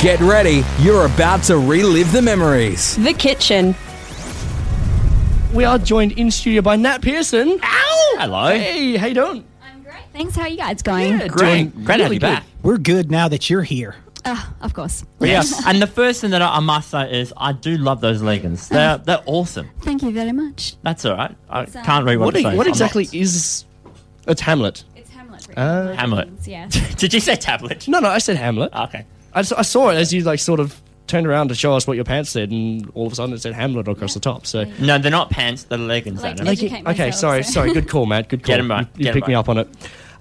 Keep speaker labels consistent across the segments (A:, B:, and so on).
A: Get ready, you're about to relive the memories.
B: The kitchen.
C: We are joined in studio by Nat Pearson.
D: Ow! Hello.
C: Hey, how you doing?
B: I'm great. Thanks. How are you guys going?
C: Yeah,
D: Great.
C: doing
D: Great to have
C: really good.
D: you back.
E: We're good now that you're here.
B: Ah, of course.
D: Yes. and the first thing that I, I must say is I do love those leggings. They're they're awesome.
B: Thank you very much.
D: That's all right. I
B: So-
D: can't read what,
C: What,
D: it
C: e-
D: says.
C: what
D: I'm
C: exactly is it's Hamlet?
B: It's Hamlet.
C: Uh,
D: not- Hamlet.
B: Yeah.
D: Did you say tablet?
C: No, no, I said Hamlet.
D: Okay.
C: I, s- I saw it as you like sort of turned around to show us what your pants said, and all of a sudden it said Hamlet across the top. So
D: No, they're not pants. They're leggings.
B: Like
D: Adam.
B: leg-
C: Okay,
B: educate
C: okay,
B: myself,
C: sorry,
B: so.
C: sorry. Good call, Matt. Good call.
D: Get 'em right,
C: You, you
D: get 'em uh.
C: picked me
D: right.
C: up on it.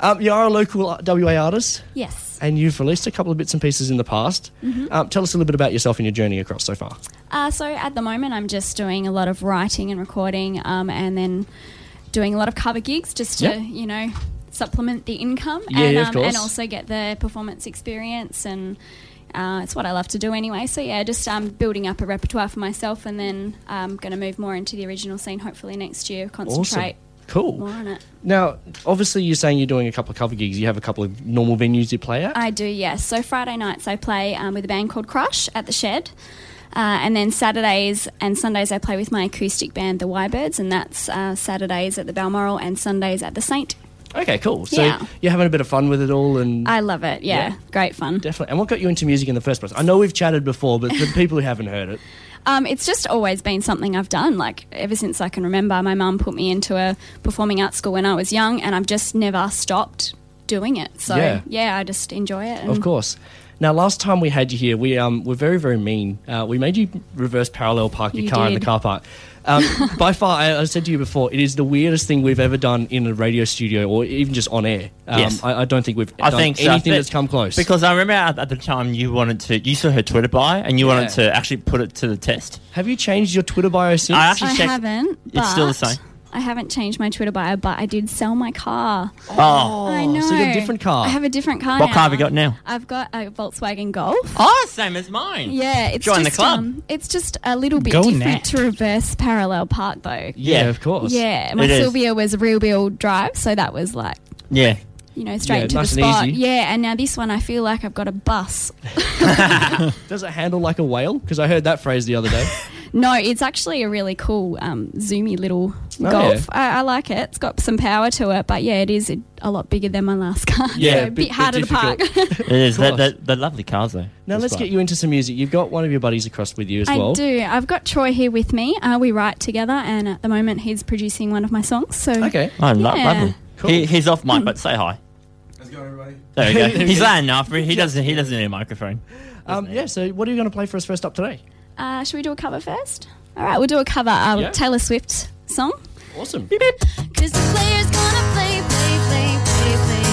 C: Um, you are a local WA artist,
B: yes.
C: and you've released a couple of bits and pieces in the past.
B: Mm-hmm.
C: Um, tell us a little bit about yourself and your journey across so far.
B: Uh, so at the moment, I'm just doing a lot of writing and recording, um, and then doing a lot of cover gigs just to
C: Yep.
B: you know supplement the income
C: Yeah,
B: and um,
C: yeah, of course.
B: and also get the performance experience and. Uh, it's what I love to do anyway. So yeah, just um, building up a repertoire for myself, and then I'm um, going to move more into the original scene. Hopefully next year, concentrate
C: Cool.
B: more on it.
C: Now, obviously, you're saying you're doing a couple of cover gigs. You have a couple of normal venues you play at.
B: I do, yes. So Friday nights I play um, with a band called Crush at the Shed. Uh, and then Saturdays and Sundays I play with my acoustic band, the Ybirds, and that's uh, Saturdays at the Balmoral and Sundays at the Saint.
C: Okay, cool. So
B: Yeah.
C: you're having a bit of fun with it all, and
B: I love it, yeah,
C: Yeah.
B: great fun.
C: definitely. And what got you into music in the first place? I know we've chatted before, but for the people who haven't heard it,
B: Um, it's just always been something I've done. Like ever since I can remember, my mum put me into a performing arts school when I was young, and I've just never stopped doing it. So
C: Yeah.
B: yeah, I just enjoy it.
C: of
B: and-
C: course. Now, last time we had you here, we um, were very, very mean. Uh, we made you reverse parallel park your
B: You
C: car in the
B: did.
C: car park. Um, by far, I, I said to you before, it is the weirdest thing we've ever done in a radio studio or even just on air. Um,
D: Yes.
C: I, I don't think we've
D: I
C: done
D: think so. I
C: anything
D: think-
C: that's come close.
D: Because I remember at, at the time you wanted to, you saw her Twitter bio and you wanted
C: Yeah.
D: to actually put it to the test.
C: Have you changed your Twitter bio since?
D: I actually
B: I
D: checked.
B: haven't.
D: It's still the
B: but
D: same.
B: I haven't changed my Twitter bio, but I did sell my car.
D: Oh,
B: I know.
C: so you got a different car.
B: I have a different car.
D: What
B: now.
D: car have you got now?
B: I've got a Volkswagen Golf.
D: oh, same as mine.
B: Yeah, it's
D: Join the
B: just
D: club.
B: Um, it's just a little bit
E: Go
B: different
E: Nat.
B: to reverse parallel park though.
C: yeah, of course.
B: Yeah, my
D: It is.
B: Sylvia was rear wheel drive, so that was like
D: Yeah.
B: you know straight
C: Yeah,
B: to
C: nice
B: the
C: and
B: spot.
C: easy.
B: Yeah, and now this one, I feel like I've got a bus.
C: Does it handle like a whale? Because I heard that phrase the other day.
B: No, it's actually a really cool um, zoomy little
C: Oh,
B: golf. I, I like it. It's got some power to it, but yeah, it is a, a lot bigger than my last car.
C: Yeah,
B: so
C: a
B: a
C: bit-
B: bit,
C: bit
B: harder to park.
D: It is. They're,
C: course.
D: they're, they're lovely cars though.
C: now let's get you into some music. You've got one of your buddies across with you as
B: I
C: well.
B: do. I've got Troy here with me. Uh, we write together, and at the moment he's producing one of my songs. So
C: Okay.
D: Oh, lo-
B: Yeah.
D: lovely.
C: Cool.
D: He, he's off mic, but say hi.
F: How's it going, everybody?
D: There we
C: There
D: go.
C: we
D: he's
C: go.
D: loud enough. He doesn't. He doesn't need a microphone.
C: Um, yeah. So what are you going to play for us first up today?
B: uh, should we do a cover first? All right, we'll do a cover. Uh,
C: Yeah.
B: Taylor Swift song.
C: Awesome.
G: Cause the player's gonna play, play, play, play, play.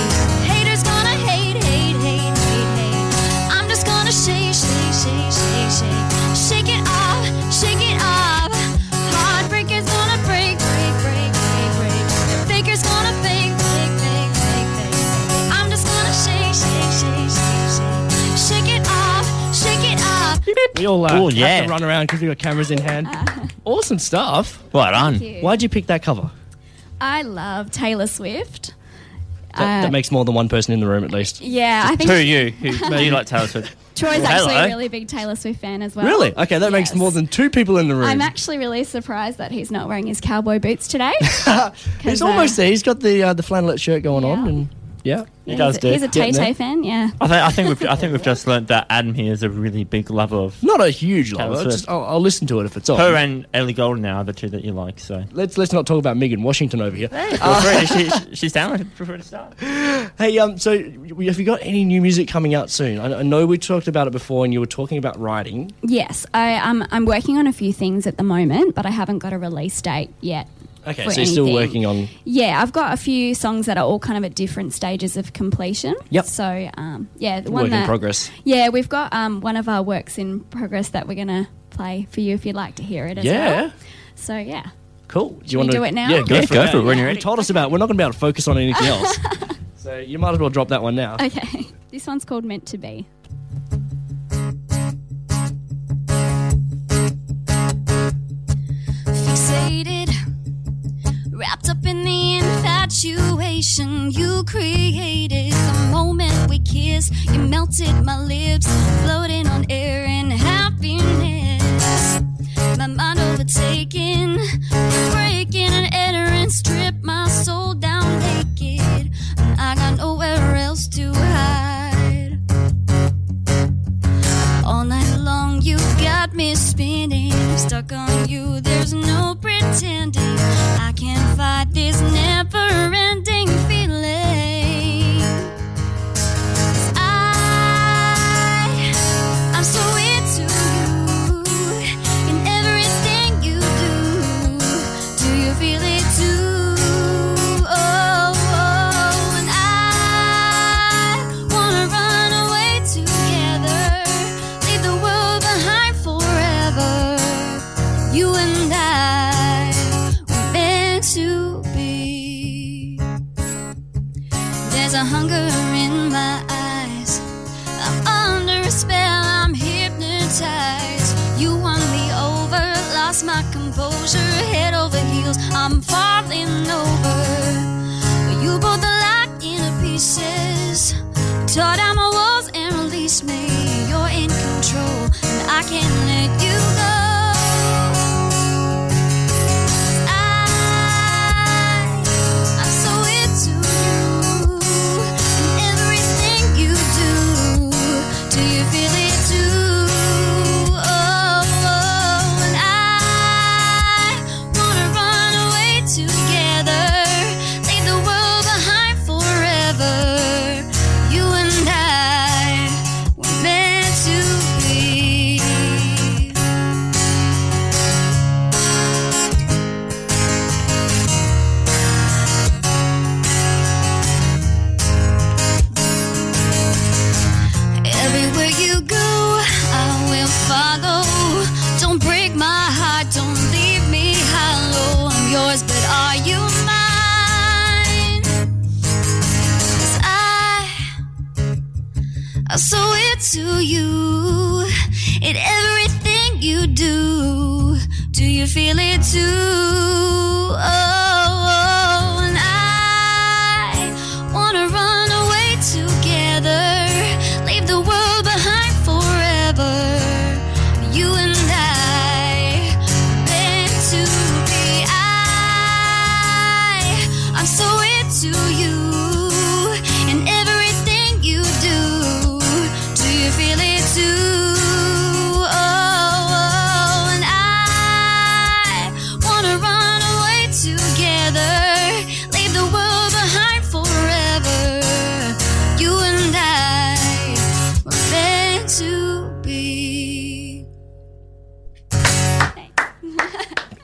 G: Haters gonna hate, hate, hate, hate, hate. I'm just gonna shake, shake, shake, shake, shake. Shake it off, shake it off. Heartbreaker's gonna break, break, break, break, break. Faker's gonna fake, fake, fake, fake, fake. I'm just gonna shake, shake, shake, shake, shake. Shake it off, shake it off.
C: We all uh,
D: Cool,
C: have
D: yeah.
C: to run around because we got cameras in hand. awesome stuff.
D: Right on.
B: you.
C: Why'd you pick that cover?
B: I love Taylor Swift.
C: That,
B: Uh,
C: that makes more than one person in the room at least.
B: yeah, I
D: Who are
B: think
D: you? Who do you like Taylor Swift?
B: Troy's
D: Well,
B: actually
D: hello.
B: a really big Taylor Swift fan as well.
C: Really? Okay, that makes
B: Yes.
C: more than two people in the room.
B: I'm actually really surprised that he's not wearing his cowboy boots today.
C: He's
B: 'cause, uh,
C: almost there. He's got the uh, the flannelette shirt going on,
B: Yeah.
C: and yeah.
D: He does
B: he's, a-
D: do.
B: he's a Tay
C: Getting
B: Tay
C: there.
B: fan, yeah.
D: I think, I think we've I think we've just learnt that Adam here is a really big lover of
C: Not a huge lover.
D: Taylor Swift.
C: Just, I'll, I'll listen to it if it's on.
D: her and Ellie Golden now are the two that you like. So
C: Let's let's not talk about Megan Washington over here.
D: Feel free. She- she's down. Feel free to start.
C: Hey, um, so y- have you got any new music coming out soon? I, I know we talked about it before, and you were talking about writing.
B: Yes, I, um, I'm working on a few things at the moment, but I haven't got a release date yet.
C: Okay,
B: For
C: so you're still
B: anything.
C: working on.
B: Yeah, I've got a few songs that are all kind of at different stages of completion.
C: Yep.
B: So, um, yeah, the one
C: Work in
B: that,
C: progress.
B: Yeah, we've got um, one of our works in progress that we're gonna play for you if you'd like to hear it. As
C: Yeah.
B: Well. So yeah,
C: Cool. Do you
B: we
C: wanna-
B: do it now?
C: Yeah, go
D: Yeah,
C: for
D: go
C: it.
D: for it when you're
C: You
D: ready.
C: told us about. it. We're not going to be able to focus on anything else. so you might as well drop that one now.
B: okay. This one's called Meant to Be.
G: fixated, wrapped up in the infatuation you created. The moment we kiss. tears. You melted my lips, floating on air in happiness. My mind overtaken, breaking and entering, strip my soul down naked. I got nowhere else to hide. All night long, you got me spinning. I'm stuck on you, there's no pretending. I can't fight this never ending feeling. 'Cause I, I'm so into you in everything you do. Do you feel it too? Oh, oh, and I wanna run away together, leave the world behind forever. You and I were meant to be. There's a hunger in my eyes. I'm under a spell, I'm hypnotized. You won me over, lost my composure, head over heels, I'm falling over. But you broke the lock into pieces, tore down my walls and released me. You're in control, and I can't let you go. I, I'm so into you and everything you do. Do you feel it too? Oh, and I wanna run away together, leave the world behind forever. You and I were meant to be. Everywhere you go, I will follow. Don't break my heart, don't leave me hollow. I'm yours, but are you mine? 'Cause I I saw it to you in everything you do. Do you feel it too? Oh, oh, and I wanna run away together, leave the world behind forever. You and I, meant to be. I, I'm so into you and everything you do. Do you feel it too? Oh, and I wanna run away together, leave the world behind forever. You and I were meant to be.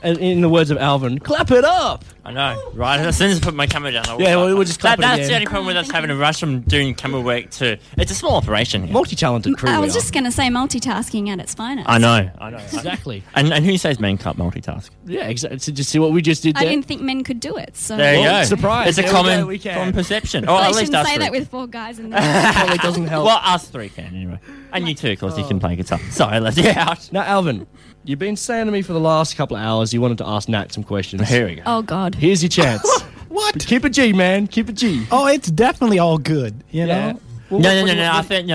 C: And in the words of Alvin, clap it up.
D: I know, right? As soon as I put my camera down, I will
C: Yeah,
D: clap
C: we'll- we'll
D: it.
C: just clap
D: That-
C: it
D: That's
C: again.
D: the only problem with us having to rush from doing camera work to. It's a small operation here.
C: Multi-talented crew.
B: I
C: we
B: was
C: are.
B: just going to say multitasking at its finest.
D: I know, I know.
C: exactly.
D: And, and who says men can't multitask?
C: Yeah, exactly. So just see what we just did
B: I
C: there.
B: didn't think men could do it. So
D: There you
C: Well,
D: go.
C: surprise.
D: It's a
C: There we
D: common,
C: go, we can.
D: common perception.
B: Well,
D: Or
B: I
D: at least
B: shouldn't
D: us
B: say
D: three.
B: that with four guys in there.
C: Probably doesn't help.
D: Well, us three can anyway. And you too, of course, you can play guitar. Sorry, let's get out.
C: Now, Alvin, you've been saying to me for the last couple of hours you wanted to ask Nat some questions.
D: Here we go.
B: oh God.
C: Here's your chance.
E: What?
C: Keep it G, man. Keep it G.
E: Oh, it's definitely all good. You
C: Yeah.
E: know,
C: Well,
D: No,
C: what-
D: no,
C: what-
D: no, no.
C: what-
D: I think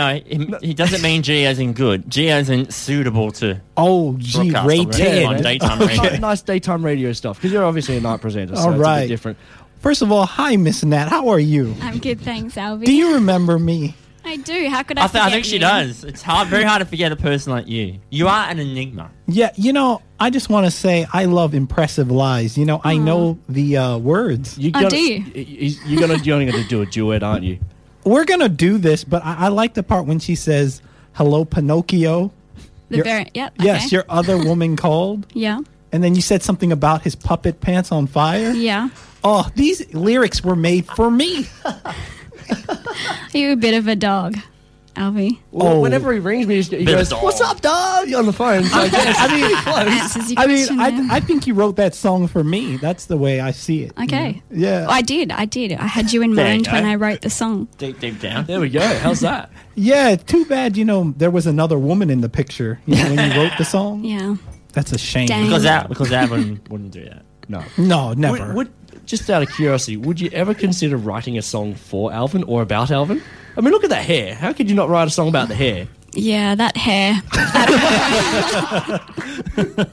D: no. He, he doesn't mean G as in good. G as in suitable to
E: oh gee,
D: broadcast
E: Ray
D: on radio-
E: Ted.
D: on daytime
C: Ni-
D: radio.
C: nice daytime radio stuff because you're obviously a night presenter. So
E: All
C: it's a bit
E: right.
C: different.
E: First of all, hi, Miss Nat. How are you?
B: I'm good, thanks, Alvy.
E: Do you remember me?
B: I do. How could I?
D: I, th- I
B: forget
D: think she
B: you?
D: does. It's hard, very hard to forget a person like you. You are an enigma.
E: Yeah, you know, I just want to say I love impressive lies. You know, I know the uh, words.
C: You
B: Oh,
C: gotta-
B: do you?
C: y- y- You're gonna you're only gonna do a duet, aren't you?
E: We're gonna do this, but I, I like the part when she says, "Hello, Pinocchio."
B: The
E: You're-
B: very, yep.
E: Yes,
B: okay.
E: your other woman called,
B: Yeah.
E: and then you said something about his puppet pants on fire.
B: Yeah.
E: Oh, these lyrics were made for me.
B: Are you a bit of a dog, Alvy?
E: Oh.
C: Whenever he rings me, he
D: Bit of
C: goes,
D: a dog.
C: "What's up, dog?" on the phone. So I guess I mean,
B: Answers your
E: I mean,
B: question.
E: I,
B: there.
E: I think you wrote that song for me. That's the way I see it.
B: okay.
E: Yeah.
B: I did. I did. I had you in
D: There you
B: mind
D: go.
B: when I wrote the song.
D: Deep, deep down.
C: There we go. How's that?
E: Yeah, too bad, you know, there was another woman in the picture you know, when you wrote the song.
B: Yeah.
E: That's a shame.
B: Dang.
D: Because that, because that wouldn't, wouldn't do that.
C: No.
E: No, never.
C: Would, would- just out of curiosity, would you ever consider writing a song for Alvin or about Alvin? I mean, look at that hair. How could you not write a song about the hair?
B: Yeah, that hair.
D: I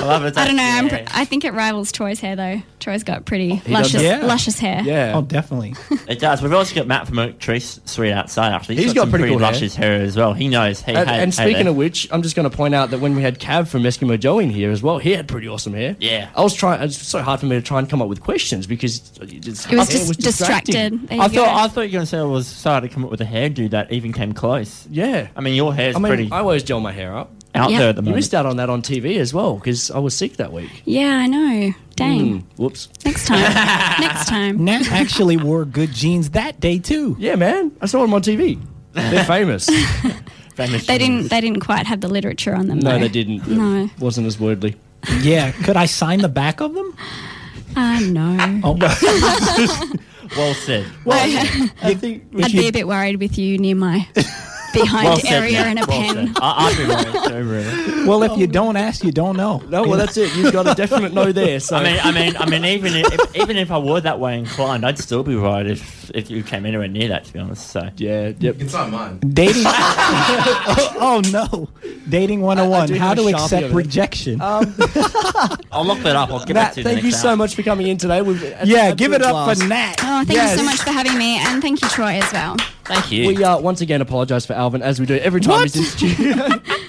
D: love it.
B: I don't know. I'm
D: Yeah.
B: pr- I think it rivals Troy's hair though. Troy's got pretty
C: does,
B: luscious,
E: yeah.
B: luscious hair.
C: Yeah.
E: oh, definitely.
D: It does. We've also got Matt from Oak Tree Street outside. Actually,
C: He's got
D: some
C: pretty cool hair.
D: luscious hair. as well. He knows. He
C: and,
D: had-
C: and
D: had
C: speaking
D: it.
C: of which, I'm just going to point out that when we had Cav from Eskimo Joe in here as well, he had pretty awesome hair.
D: Yeah.
C: I was trying. It's so hard for me to try and come up with questions because it's,
B: It
C: hair
B: was, dis-
C: distracting.
B: distracted. There
D: I
B: you go.
D: thought I thought you were going to say I was sorry to come up with a hairdo that even came close.
C: Yeah.
D: I mean, your hair's
C: I mean,
D: pretty
C: I always gel my hair up.
D: out
B: Yeah.
D: there at the
C: You
D: moment.
C: missed out on that on TV as well because I was sick that week.
B: yeah, I know. Dang.
E: Hmm.
C: Mm, whoops.
B: Next time. Next time.
E: Nat actually wore good jeans that day too.
C: Yeah, man. I saw them on TV. They're famous.
D: Famous
B: They
D: gentleman.
B: didn't. They didn't quite have the literature on them.
C: no,
B: though.
C: they didn't.
B: No.
C: It wasn't as wordly.
E: Yeah, could I sign the back of them?
B: Uh, no.
E: Oh,
D: Well said.
B: I,
D: I think
B: would be a bit worried with you near my behind area and a pen.
D: I, I'd be worried too, really.
E: well, if you don't ask, you don't know.
C: No, well, that's it. You've got a definite no there. So
D: I mean, I mean, I mean, even if, even if I were that way inclined, I'd still be worried if if you came anywhere near that. To be honest, so
C: yeah, yep.
F: It's not mine.
E: Dating. oh, oh, no, dating
C: I
E: 101.
C: do
E: How
C: have a
E: to
C: Sharpie over
E: accept
C: there.
E: rejection.
C: Oh,
D: I'll look that up. I'll get back
C: Matt,
D: to you.
C: thank you so much for coming in today. We've,
E: yeah, give it up for Nat.
B: Oh, thank you
E: Yes.
B: so much for having me, and thank you, Troy, as well.
D: Thank you.
C: We uh, once again apologise for Alvin, as we do every time he's in studio.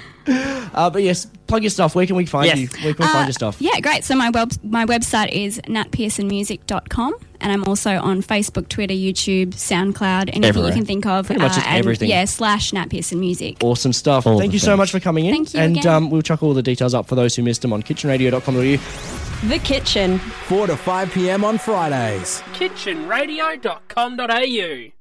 C: uh, but yes, plug your stuff. Where can we find
D: Yes.
C: you? Where can we
B: Uh,
C: find your stuff?
B: Yeah, great. So my web my website is natpearsonmusic.com and I'm also on Facebook, Twitter, YouTube, SoundCloud, anything
D: Everywhere.
B: you can think of. uh,
C: Pretty much just
B: and,
C: everything.
B: Yeah, slash Nat Pearson Music.
C: Awesome stuff.
D: All
C: Thank
D: the
C: you so
D: things.
C: much for coming in.
B: Thank you
C: And
B: again.
C: Um, we'll chuck all the details up for those who missed them on kitchenradio.com.au.
H: The Kitchen.
A: 4 to 5 p.m. on Fridays.
I: kitchenradio.com.au.